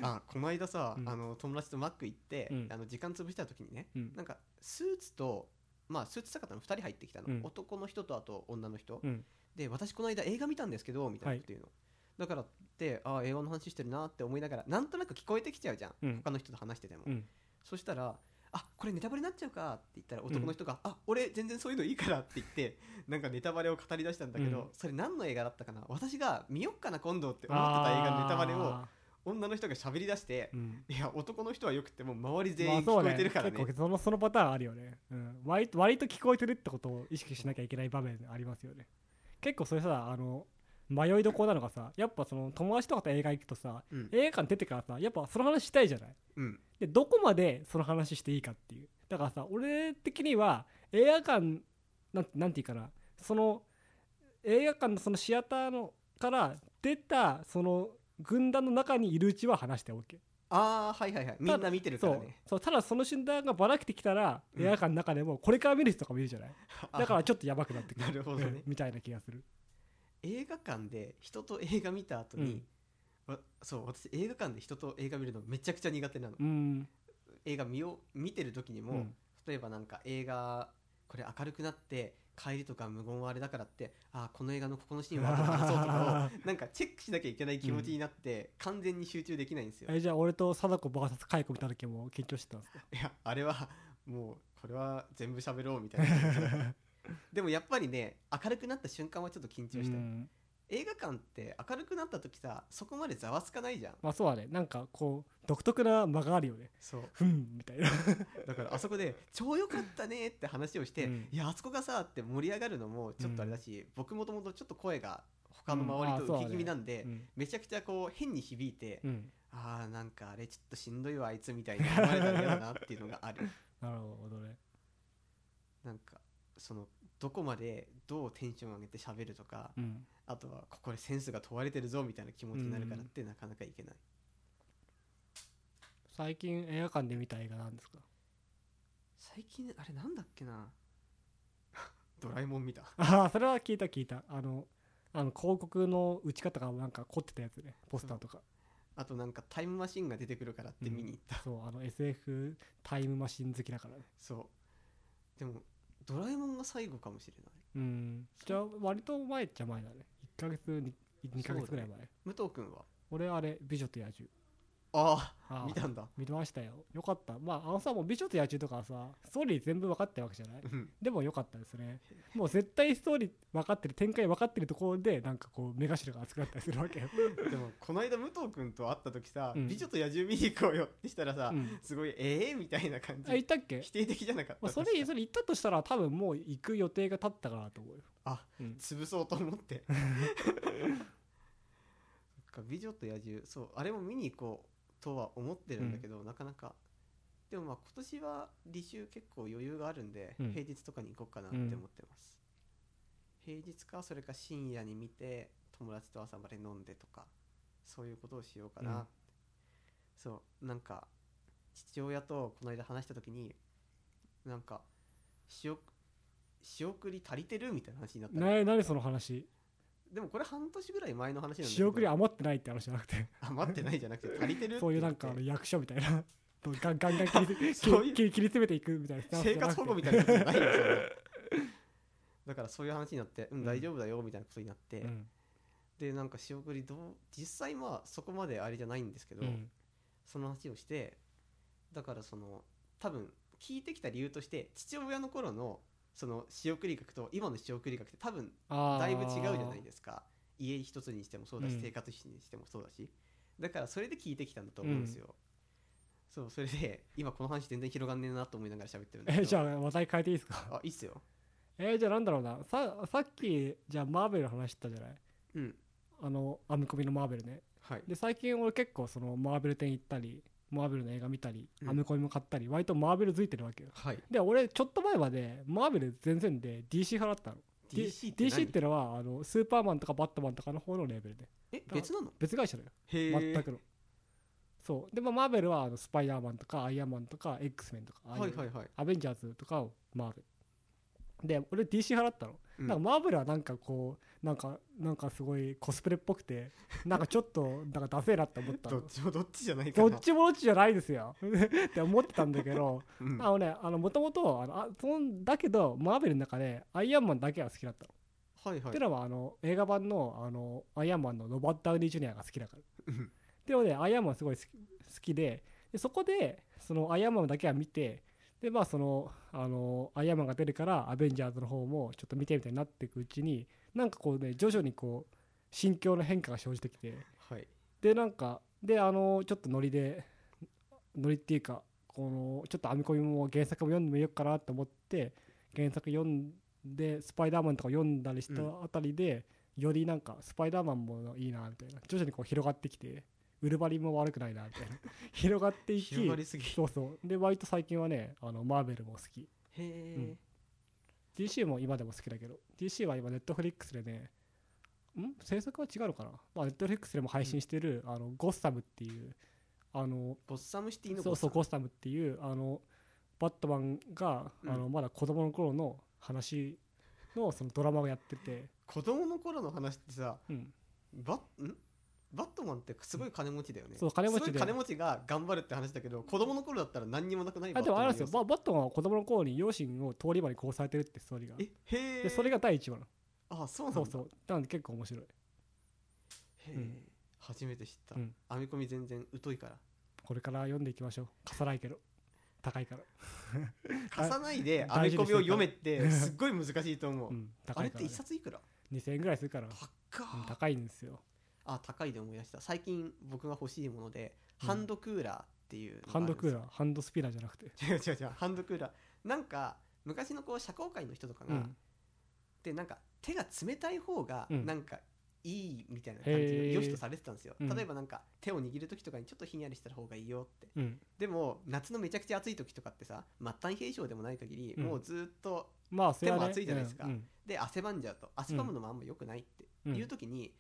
[SPEAKER 2] あこの間さ、
[SPEAKER 1] うん
[SPEAKER 2] あの友達とマック行って、
[SPEAKER 1] うん
[SPEAKER 2] あの時間潰した時にね
[SPEAKER 1] うん
[SPEAKER 2] なんかスーツとまあスーツ姿の2人入ってきたの、
[SPEAKER 1] うん
[SPEAKER 2] 男の人とあと女の人、
[SPEAKER 1] うん
[SPEAKER 2] で私この間映画見たんですけどみたいなこと言うの、だからってあ映画の話してるなって思いながらなんとなく聞こえてきちゃうじゃん、
[SPEAKER 1] うん
[SPEAKER 2] 他の人と話してても、
[SPEAKER 1] うん
[SPEAKER 2] そしたら「あこれネタバレになっちゃうか」って言ったら男の人が「あ俺全然そういうのいいから」って言って なんかネタバレを語り出したんだけど、
[SPEAKER 1] うん
[SPEAKER 2] それ何の映画だったかな私が見よっかな今度って思ってた映画のネタバレを
[SPEAKER 1] あ
[SPEAKER 2] 女の人が喋り出して
[SPEAKER 1] ー、うん
[SPEAKER 2] いや男の人はよくてもう周り
[SPEAKER 1] ま
[SPEAKER 2] 全
[SPEAKER 1] あ
[SPEAKER 2] 員聞
[SPEAKER 1] そう
[SPEAKER 2] こ
[SPEAKER 1] ね
[SPEAKER 2] えてるからね,、
[SPEAKER 1] 結構そのそのパターンあるよね、うん、割と割と聞こえてるってことを意識しなきゃいけない場面ありますよね結構それさあの迷いどころなのがさやっぱその友達とかと映画行くとさ
[SPEAKER 2] うん
[SPEAKER 1] 映画館出てからさやっぱその話したいじゃない
[SPEAKER 2] うん
[SPEAKER 1] でどこまでその話していいかっていうだからさ俺的には映画館なんなんていうかなその映画館のそのシアターのから出たその軍団の中にいるうちは話して OK
[SPEAKER 2] ああはいはいはいみんな見てるか
[SPEAKER 1] そ
[SPEAKER 2] ら
[SPEAKER 1] う
[SPEAKER 2] ね
[SPEAKER 1] そうただその瞬間がばらけてきたら
[SPEAKER 2] うん
[SPEAKER 1] 映画館の中でもこれから見る人とかもいるじゃない、だから
[SPEAKER 2] あ
[SPEAKER 1] ちょっとやばくなってくる
[SPEAKER 2] なるほどね
[SPEAKER 1] うんみたいな気がする
[SPEAKER 2] 映画館で人と映画見た後に、わそう私映画館で人と映画見るのめちゃくちゃ苦手なの、
[SPEAKER 1] うん
[SPEAKER 2] 映画見よう見てる時にも、
[SPEAKER 1] うん
[SPEAKER 2] 例えばなんか映画これ明るくなって帰りとか無言はあれだからってあーこの映画のここのシーンは後で話そうとかをなんかチェックしなきゃいけない気持ちになって、完全に集中できないんですよ
[SPEAKER 1] えじゃあ俺と貞子 VS カイコ見た時も緊張してたんです か
[SPEAKER 2] いやあれはもうこれは全部喋ろうみた いなでもやっぱりね明るくなった瞬間はちょっと緊張したよ、
[SPEAKER 1] うん
[SPEAKER 2] 映画館って明るくなった時さそこまでざわつかないじゃん
[SPEAKER 1] まあそうだねなんかこう独特な間があるよね
[SPEAKER 2] そう
[SPEAKER 1] ふんみたいな
[SPEAKER 2] だからあそこで「超良かったね」って話をして
[SPEAKER 1] う
[SPEAKER 2] 「
[SPEAKER 1] ん
[SPEAKER 2] いやあそこがさ」って盛り上がるのもちょっとあれだし、僕もともとちょっと声が他の周りと
[SPEAKER 1] うんあそう
[SPEAKER 2] 浮
[SPEAKER 1] だ
[SPEAKER 2] き
[SPEAKER 1] ね
[SPEAKER 2] 気味なんで、
[SPEAKER 1] うん
[SPEAKER 2] めちゃくちゃこう変に響いて、
[SPEAKER 1] うん
[SPEAKER 2] あーなんかあれちょっとしんどいわあいつみたいに思われたら嫌だなっていうのがあ る
[SPEAKER 1] なるほどね
[SPEAKER 2] なんかそのどこまでどうテンション上げて喋るとか
[SPEAKER 1] うん
[SPEAKER 2] あとはここでセンスが問われてるぞみたいな気持ちになるからってなかなかいけない、
[SPEAKER 1] 最近映画館で見た映画なんですか
[SPEAKER 2] 最近あれなんだっけな ドラえもん見た
[SPEAKER 1] ああそれは聞いた聞いたあのあの広告の打ち方がなんか凝ってたやつねポスターとか
[SPEAKER 2] あとなんかタイムマシンが出てくるからって見に行った、
[SPEAKER 1] そうあの SF タイムマシン好きだからね
[SPEAKER 2] そうでもドラえもんが最後かもしれない
[SPEAKER 1] うんじゃあ割と前っちゃ前だね1ヶ月に2ヶ月ぐらい前、
[SPEAKER 2] 武藤君は
[SPEAKER 1] 俺あれ「美女と野獣
[SPEAKER 2] あ」
[SPEAKER 1] あー
[SPEAKER 2] あ見たんだ
[SPEAKER 1] 見てましたよよかったまああのさもう「美女と野獣」とかはさストーリー全部分かってるわけじゃ ない
[SPEAKER 2] うん
[SPEAKER 1] でもよかったですねもう絶対ストーリー分かってる展開分かってるところでなんかこう目頭が熱くなったりするわけよ、
[SPEAKER 2] でもこの間武藤君と会った時さ「
[SPEAKER 1] うん
[SPEAKER 2] 美女と野獣見に行こうよ」ってしたらさ、
[SPEAKER 1] うん
[SPEAKER 2] すごい「ええみたいな感
[SPEAKER 1] あ言っ
[SPEAKER 2] じ
[SPEAKER 1] たっけ
[SPEAKER 2] 否定的じゃなかった
[SPEAKER 1] まあ、そ
[SPEAKER 2] 確
[SPEAKER 1] れ
[SPEAKER 2] か
[SPEAKER 1] それ行ったとしたら多分もう行く予定が立ったかなと思うよ、
[SPEAKER 2] あ
[SPEAKER 1] うん
[SPEAKER 2] 潰そうと思って そっか美女と野獣そうあれも見に行こうとは思ってるんだけど、なかなかでもまあ今年は履修結構余裕があるんで、
[SPEAKER 1] うん
[SPEAKER 2] 平日とかに行こうかなって思ってます、平日かそれか深夜に見て友達と朝まで飲んでとかそういうことをしようかな、
[SPEAKER 1] うん
[SPEAKER 2] そうなんか父親とこの間話した時になんか仕送仕送り足りてるみたいな話になったの
[SPEAKER 1] な何その話
[SPEAKER 2] でもこれ半年ぐらい前の話なんだけど
[SPEAKER 1] 仕送り余ってないって話じゃなくて
[SPEAKER 2] あ待ってないじゃなくて 足りてるって
[SPEAKER 1] そういう
[SPEAKER 2] 言
[SPEAKER 1] な
[SPEAKER 2] っ
[SPEAKER 1] ん
[SPEAKER 2] て
[SPEAKER 1] かあの役所みたいな ガンガンガン切り
[SPEAKER 2] そういう
[SPEAKER 1] 切り切り詰めていくみたいなスタンスじ
[SPEAKER 2] 生
[SPEAKER 1] ゃなくて
[SPEAKER 2] 活保護みたいなやつじゃないよそれだからそういう話になってうん
[SPEAKER 1] うん
[SPEAKER 2] 大丈夫だよみたいなことになって、
[SPEAKER 1] うん
[SPEAKER 2] でなんか仕送りどう実際まあそこまであれじゃないんですけど、
[SPEAKER 1] うん
[SPEAKER 2] その話をしてだからその多分聞いてきた理由として父親の頃のその仕送り額と今の仕送り額って多分
[SPEAKER 1] あー
[SPEAKER 2] だいぶ違うじゃないですか家一つにしてもそうだし、
[SPEAKER 1] うん
[SPEAKER 2] 生活費にしてもそうだしだからそれで聞いてきたんだと思うんですよ、そうそれで今この話全然広がんねえなと思いながら喋ってるんだけ
[SPEAKER 1] え
[SPEAKER 2] ど
[SPEAKER 1] じゃあ話題変えていいですか
[SPEAKER 2] あいいっすよ
[SPEAKER 1] えー、じゃあなんだろうなささっきじゃあマーベル話したじゃない
[SPEAKER 2] うん
[SPEAKER 1] あの編み込みのマーベルね
[SPEAKER 2] はい
[SPEAKER 1] で最近俺結構そのマーベル展行ったりマーベルの映画見たり
[SPEAKER 2] うん
[SPEAKER 1] 編み込みも買ったり、割とマーベル付いてるわけよ
[SPEAKER 2] はい
[SPEAKER 1] で俺ちょっと前までマーベル全然で DC 派だったの D-
[SPEAKER 2] DC って何
[SPEAKER 1] DC ってのはあのスーパーマンとかバットマンとかの方のレーベルで
[SPEAKER 2] え別なの
[SPEAKER 1] 別会社だよ
[SPEAKER 2] へえ
[SPEAKER 1] 全くのそうでもマーベルはあのスパイダーマンとかアイアンマンとか X メンとかああいう
[SPEAKER 2] はいはいはい
[SPEAKER 1] アベンジャーズとかをマーベルで俺 DC 派だったの、
[SPEAKER 2] うん
[SPEAKER 1] なんかマーベルはなんかこうなんかなんかすごいコスプレっぽくてなんかちょっとなんかダセえなって思ったの
[SPEAKER 2] どっちもどっちじゃないか
[SPEAKER 1] ど
[SPEAKER 2] な
[SPEAKER 1] っちもどっちじゃないですよ って思ってたんだけど
[SPEAKER 2] うん
[SPEAKER 1] あのねあのもともとあのあそんだけどマーベルの中でアイアンマンだけは好きだったの、
[SPEAKER 2] はいは
[SPEAKER 1] っ
[SPEAKER 2] い
[SPEAKER 1] てのはあの映画版のあのアイアンマンのロバート・ダウニー・ジュニアが好きだから
[SPEAKER 2] うん
[SPEAKER 1] でもねアイアンマンすごい好き好きででそこでそのアイアンマンだけは見てでまあそのあのアイアンマンが出るからアベンジャーズの方もちょっと見てみたいになっていくうちになんかこうね徐々にこう心境の変化が生じてきて
[SPEAKER 2] はい
[SPEAKER 1] でなんかであのちょっとノリでノリっていうかこのちょっと編み込みも原作も読んでみようかなと思って原作読んで「スパイダーマン」とか読んだりした
[SPEAKER 2] う
[SPEAKER 1] あたりで、よりなんか「スパイダーマン」もいいなみたいな徐々にこう広がってきてウルヴァリンも悪くないなみたい な広がっていき
[SPEAKER 2] 広がりすぎへ
[SPEAKER 1] そうそうで割と最近はねあのマーベルも好きう
[SPEAKER 2] え
[SPEAKER 1] ん DC も今でも好きだけど DC は今ネットフリックスでねん制作は違うのかな、まあ、ネットフリックスでも配信してる、あのゴッサムっていうあの
[SPEAKER 2] ボッサムシティの
[SPEAKER 1] そうそう
[SPEAKER 2] ゴ
[SPEAKER 1] ゴ
[SPEAKER 2] ッ
[SPEAKER 1] ッサムっていうあのバットマンが、
[SPEAKER 2] うん
[SPEAKER 1] あのまだ子供の頃の話のそのドラマをやってて、
[SPEAKER 2] サム子供の頃の話ってさ
[SPEAKER 1] うん、
[SPEAKER 2] バッんバットマンってすごい金持ちだよね、
[SPEAKER 1] そう金持ちです
[SPEAKER 2] ごい金持ちが頑張るって話だけど子供の頃だったら何にもなくない
[SPEAKER 1] あでもあれなんですよ
[SPEAKER 2] バッ
[SPEAKER 1] ババットマンは子供の頃に両親を通り魔に殺されてるってストーリーが
[SPEAKER 2] トマンの様子えへえ
[SPEAKER 1] でそれが第一話な
[SPEAKER 2] あそうな
[SPEAKER 1] の
[SPEAKER 2] んだ
[SPEAKER 1] そうそうなので結構面白い
[SPEAKER 2] へえ、
[SPEAKER 1] うん
[SPEAKER 2] 初めて知った、
[SPEAKER 1] うん
[SPEAKER 2] 編み込み全然疎いから
[SPEAKER 1] これから読んでいきましょう貸さないけど高いから、
[SPEAKER 2] 貸さないで編
[SPEAKER 1] 大
[SPEAKER 2] み
[SPEAKER 1] 事に
[SPEAKER 2] 込みを
[SPEAKER 1] してる
[SPEAKER 2] 読
[SPEAKER 1] から
[SPEAKER 2] めってすっごい難しいと思う、
[SPEAKER 1] うん、
[SPEAKER 2] あ
[SPEAKER 1] 高
[SPEAKER 2] れ
[SPEAKER 1] い
[SPEAKER 2] っ
[SPEAKER 1] か
[SPEAKER 2] て
[SPEAKER 1] ら、ね
[SPEAKER 2] 一、冊いくら
[SPEAKER 1] 2000円ぐらいするから、
[SPEAKER 2] 高
[SPEAKER 1] うん
[SPEAKER 2] っ
[SPEAKER 1] 高いんですよ
[SPEAKER 2] あ高いで思い出した最近僕が欲しいもので、
[SPEAKER 1] うん
[SPEAKER 2] ハンドクーラーっていう
[SPEAKER 1] ハンドクー
[SPEAKER 2] ラ
[SPEAKER 1] ラーハンドスピナーじゃなくて、
[SPEAKER 2] ー違う違う違うハンドクーラーなんか昔のこう社交界の人とか
[SPEAKER 1] う
[SPEAKER 2] が、
[SPEAKER 1] ん、
[SPEAKER 2] でなんか手が冷たい方が
[SPEAKER 1] うん
[SPEAKER 2] なんかいいみたいな感じ
[SPEAKER 1] へ
[SPEAKER 2] で
[SPEAKER 1] ー
[SPEAKER 2] 良しとされてたんですよ、
[SPEAKER 1] うん
[SPEAKER 2] 例えばなんか手を握る時とかにちょっとひんやりした方がいいよって
[SPEAKER 1] うん、
[SPEAKER 2] でも夏のめちゃくちゃ暑い時とかってさ末端冷え性でもない限り、
[SPEAKER 1] うん
[SPEAKER 2] もうずっと
[SPEAKER 1] まあそれは、ね、
[SPEAKER 2] 手も熱いじゃないですか
[SPEAKER 1] うんうん
[SPEAKER 2] で汗ばんじゃうと汗ばむのもあんま良くないって
[SPEAKER 1] うん
[SPEAKER 2] いう時に、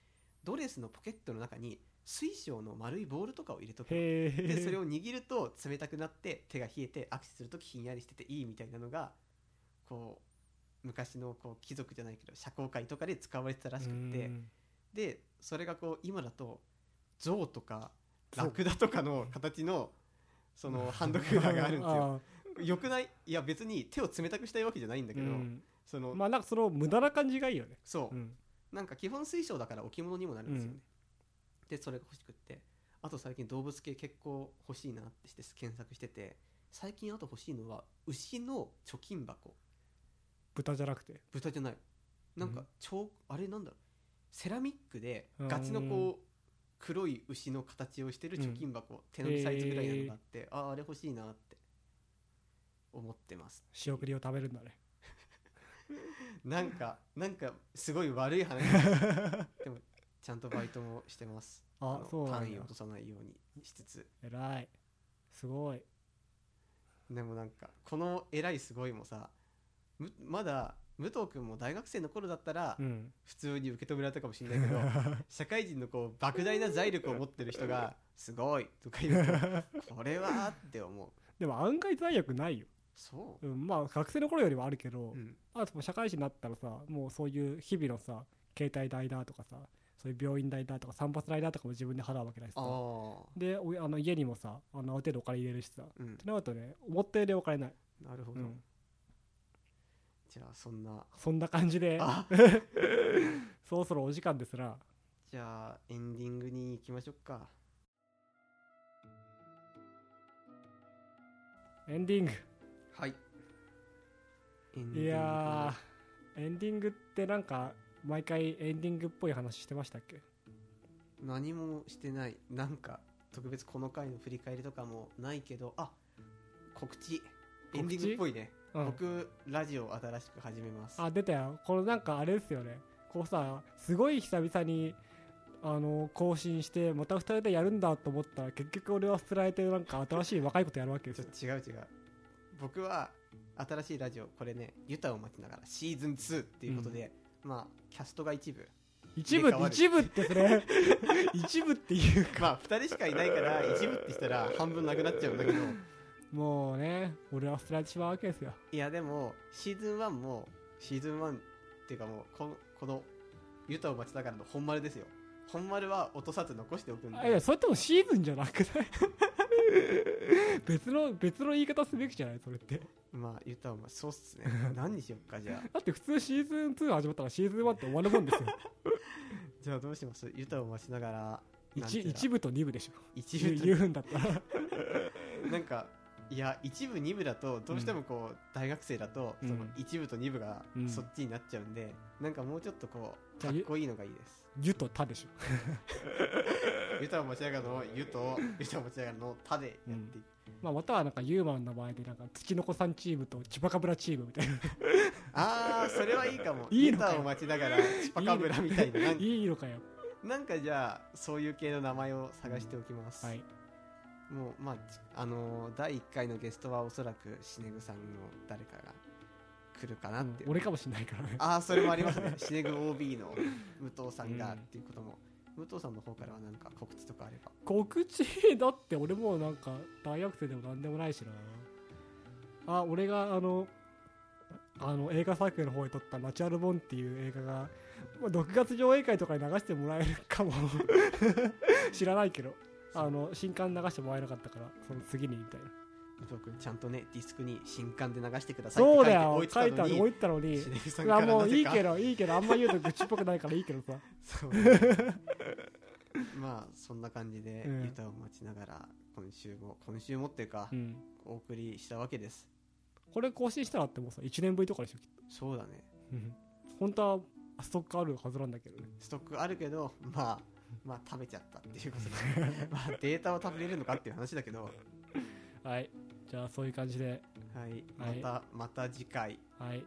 [SPEAKER 2] ドレスのポケットの中に水晶の丸いボールとかを入れとくの
[SPEAKER 1] へえ
[SPEAKER 2] でそれを握ると冷たくなって手が冷えて握手するときひんやりしてていいみたいなのがこう昔のこう貴族じゃないけど社交界とかで使われてたらしくってでそれがこう今だと象とか
[SPEAKER 1] そう
[SPEAKER 2] ラクダとかの形のそのハンドクーラーがあるんです よ。よくないいや別に手を冷たくしたいわけじゃないんだ
[SPEAKER 1] だ
[SPEAKER 2] けど、その、
[SPEAKER 1] まあなんかその無駄な感じがいいよね、
[SPEAKER 2] そう、
[SPEAKER 1] うん
[SPEAKER 2] なんか基本水晶だから置物にもなるんですよね、でそれが欲しくってあと最近動物系結構欲しいなってして検索してて最近あと欲しいのは牛の貯金箱
[SPEAKER 1] 豚じゃなくて
[SPEAKER 2] 豚じゃないなんか
[SPEAKER 1] うん
[SPEAKER 2] 超、あれなんだろうセラミックでガチのこう黒い牛の形をしてる貯金箱、手のひサイズぐらいなのがあって、あああれ欲しいなって思ってます
[SPEAKER 1] 仕送りを食べるん だね
[SPEAKER 2] なんかなんかすごい悪い話 でもちゃんとバイトもしてます
[SPEAKER 1] あ
[SPEAKER 2] の
[SPEAKER 1] そうなん
[SPEAKER 2] 単位を
[SPEAKER 1] だ
[SPEAKER 2] 落とさないようにしつつ
[SPEAKER 1] 偉いすごい
[SPEAKER 2] でもなんかこの偉いすごいもさむまだ武藤君も大学生の頃だったら
[SPEAKER 1] うん
[SPEAKER 2] 普通に受け止められたかもしれないけ ど社会人のこう莫大な財力を持ってる人が「すごい!」とか言うとこれはって思う
[SPEAKER 1] でも案外罪悪ないよ、
[SPEAKER 2] そう、
[SPEAKER 1] うん、まあ学生の頃よりはあるけど、
[SPEAKER 2] うん
[SPEAKER 1] あと社会人になったらさもうそういう日々のさ携帯代だとかさそういう病院代だとか散髪代だとかも自分で払うわけだしさ
[SPEAKER 2] ああ
[SPEAKER 1] でおあの家にもさあのある程度お金入れるしさっ
[SPEAKER 2] うん
[SPEAKER 1] てなるとね思ったよりお金ない、
[SPEAKER 2] なるほ
[SPEAKER 1] う
[SPEAKER 2] ど、
[SPEAKER 1] ん、
[SPEAKER 2] じゃあそんな
[SPEAKER 1] そんな感じで
[SPEAKER 2] あ
[SPEAKER 1] そろそろお時間ですな
[SPEAKER 2] じゃあエンディングに行きましょうか
[SPEAKER 1] エンディング
[SPEAKER 2] はいエンディング
[SPEAKER 1] いやーエンディングってなんか毎回エンディングっぽい話してましたっけ
[SPEAKER 2] 何もしてないなんか特別この回の振り返りとかもないけどあ告知エンディングっぽいね
[SPEAKER 1] うん
[SPEAKER 2] 僕ラジオ新しく始めます
[SPEAKER 1] あ出たよこのなんかあれですよねこうさすごい久々にあの更新してまた2人でやるんだと思ったら結局俺は捨てられてなんか新しい若いことやるわけです
[SPEAKER 2] ちょ
[SPEAKER 1] よ
[SPEAKER 2] っと違う違う僕は新しいラジオこれねユタを待ちながらシーズン2っていうことで、まあキャストが一部
[SPEAKER 1] 一部
[SPEAKER 2] 入れ替わる
[SPEAKER 1] 一部ってそ れ一部っていう
[SPEAKER 2] まあ2人しかいないから一部ってしたら半分なくなっちゃうんだけど
[SPEAKER 1] もうね俺は捨てられてしまうわけですよ
[SPEAKER 2] いやでもシーズン1もシーズン1っていうかもうこのこのユタを待ちながらの本丸ですよ本丸は落とさず残しておくんで
[SPEAKER 1] あいやそれともシーズンじゃなくない 別の別の言い方すべきじゃないそれって
[SPEAKER 2] まあユタを待ちそうっすね 何にしよっかじゃあ
[SPEAKER 1] だって普通シーズン2始まったらシーズン1って終わるもんですよ
[SPEAKER 2] じゃあどうしますユタを待ちながら なんて
[SPEAKER 1] 一
[SPEAKER 2] いうの
[SPEAKER 1] 一部と二部でしょ
[SPEAKER 2] 一
[SPEAKER 1] 言う
[SPEAKER 2] 部
[SPEAKER 1] 言うんだったら
[SPEAKER 2] なんかいや一部二部だとどうしてもこう、大学生だと
[SPEAKER 1] うん
[SPEAKER 2] その一部と二部が
[SPEAKER 1] うん
[SPEAKER 2] そっちになっちゃうんで、なんかもうちょっとこう
[SPEAKER 1] じゃ
[SPEAKER 2] か
[SPEAKER 1] あ
[SPEAKER 2] っこいいのがいいです
[SPEAKER 1] ゆとたでしょ
[SPEAKER 2] ユタを持ち上がるのゆとユタを持ち上がるのたでやっていく、
[SPEAKER 1] まあ、またはなんかユーマンの名前でなんか月の子さんチームとチュパカブラチームみたいな
[SPEAKER 2] ああそれはいいかも
[SPEAKER 1] いい
[SPEAKER 2] ユ
[SPEAKER 1] のかよ
[SPEAKER 2] タを待ちながらチパカブラみたいななんか
[SPEAKER 1] いいのかよ
[SPEAKER 2] なんかじゃあそういう系の名前を探しておきます、
[SPEAKER 1] はい
[SPEAKER 2] もうまあちあのー第1回のゲストはおそらくシネグさんの誰かが来るかなって
[SPEAKER 1] 俺かもしれないからね
[SPEAKER 2] ああそれもあります ねシネグ OB の武藤さんが
[SPEAKER 1] う
[SPEAKER 2] っ
[SPEAKER 1] ん
[SPEAKER 2] ていうことも、武藤さんの方からはなんか告知とかあれば
[SPEAKER 1] 告知だって俺もうなんか大学生でもなんでもないしなあ俺があのあの映画作品の方に撮った「ナチュラル・ボン」っていう映画が、まあ、6月上映会とかに流してもらえるかも 知らないけどあの新刊流してもらえなかったからその次にみたいな
[SPEAKER 2] 武藤君ちゃんとねディスクに新刊で流してください
[SPEAKER 1] そ
[SPEAKER 2] って書いう
[SPEAKER 1] だ
[SPEAKER 2] て
[SPEAKER 1] よ
[SPEAKER 2] 置いて
[SPEAKER 1] 書
[SPEAKER 2] た
[SPEAKER 1] いた
[SPEAKER 2] の
[SPEAKER 1] の
[SPEAKER 2] に
[SPEAKER 1] 置いてたのに
[SPEAKER 2] シネグさ
[SPEAKER 1] い
[SPEAKER 2] んか
[SPEAKER 1] や
[SPEAKER 2] ら
[SPEAKER 1] も
[SPEAKER 2] な
[SPEAKER 1] う
[SPEAKER 2] ぜ
[SPEAKER 1] いい
[SPEAKER 2] か
[SPEAKER 1] けどいいけどあんま言うと愚痴っぽくないからいいけどさ
[SPEAKER 2] そうねまあそんな感じで
[SPEAKER 1] うん
[SPEAKER 2] 歌を待ちながら今週も今週もっていうか、
[SPEAKER 1] うん
[SPEAKER 2] お送りしたわけです
[SPEAKER 1] これ更新したらってもうさ1年ぶりとかでしょきっと
[SPEAKER 2] そうだね
[SPEAKER 1] 本当はストックあるはずなんだけどね
[SPEAKER 2] ストックあるけどまあまあ食べちゃったっていうこと でまあデータを食べれるのかっていう話だけどは
[SPEAKER 1] はいじゃあそういう感じで
[SPEAKER 2] いま
[SPEAKER 1] はい
[SPEAKER 2] た、また次回
[SPEAKER 1] はい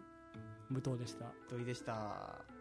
[SPEAKER 1] 武藤でした
[SPEAKER 2] 土井でした